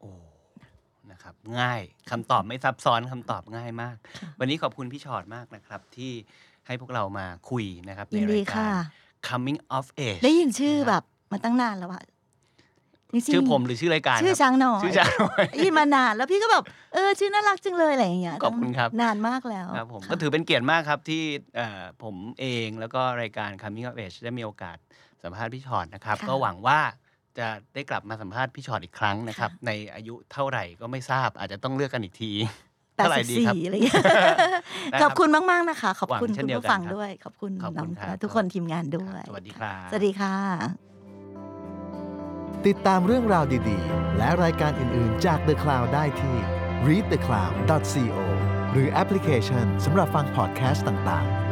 โอ้ นะครับ ง่ายคำตอบไม่ซับซ้อนคำตอบง่ายมาก วันนี้ขอบคุณพี่ชอดมากนะครับ ที่ให้พวกเรามาคุยนะครับใน
ยิน
รา
ดี
ยกา
ค่ะ
ร Coming of Age
ได้ยินชื่อแบบมาตั้งนานแล้วอะจริงๆ
ชื่อผมหรือชื่อรายการ
ชื่อ
ครับ
ช้างหน่อย
ชื่อช้างน้อย
ได้ยินมานานแล้วพี่ก็แบบเออชื่อน่ารักจังเลยอะไรอย่างเงี้ย
ขอบคุณครับ
นานมากแล้ว
ครับผม
ะ
ก็ถือเป็นเกียรติมากครับที่เอ่อผมเองแล้วก็รายการ Coming of Age ได้มีโอกาสสัมภาษณ์พี่ชอดนะครับ
ค่ะ
ก็หวังว่าจะได้กลับมาสัมภาษณ์พี่ชอดอีกครั้งนะครับ
ค่ะ
ในอายุเท่าไหร่ก็ไม่ทราบ อาจจะต้องเลือกกันอีกที
แปด
เท่าไหร่
สิบ
ดีครับ
สี่ อะไรอย่างเงี้ย
ได้ค
ขอ
รับ
บคุณมาก ๆ นะคะ ขอบคุณ
หวังเช่
คุณ
นเดียว
ผู้
กัน
ฟัง
ครับ
ด้วย ขอบคุณ
ขอบ
น้
คุณ
อง
ครับ
และทุกคนทีมงานด้วย
สวัสดีครับ
สวัสดีค่ะ
ติดตามเรื่องราวดีๆ และรายการอื่นๆจาก The Cloud ได้ที่ readthecloud.co หรือแอปพลิเคชันสำหรับฟังพอดแคสต์ต่างๆ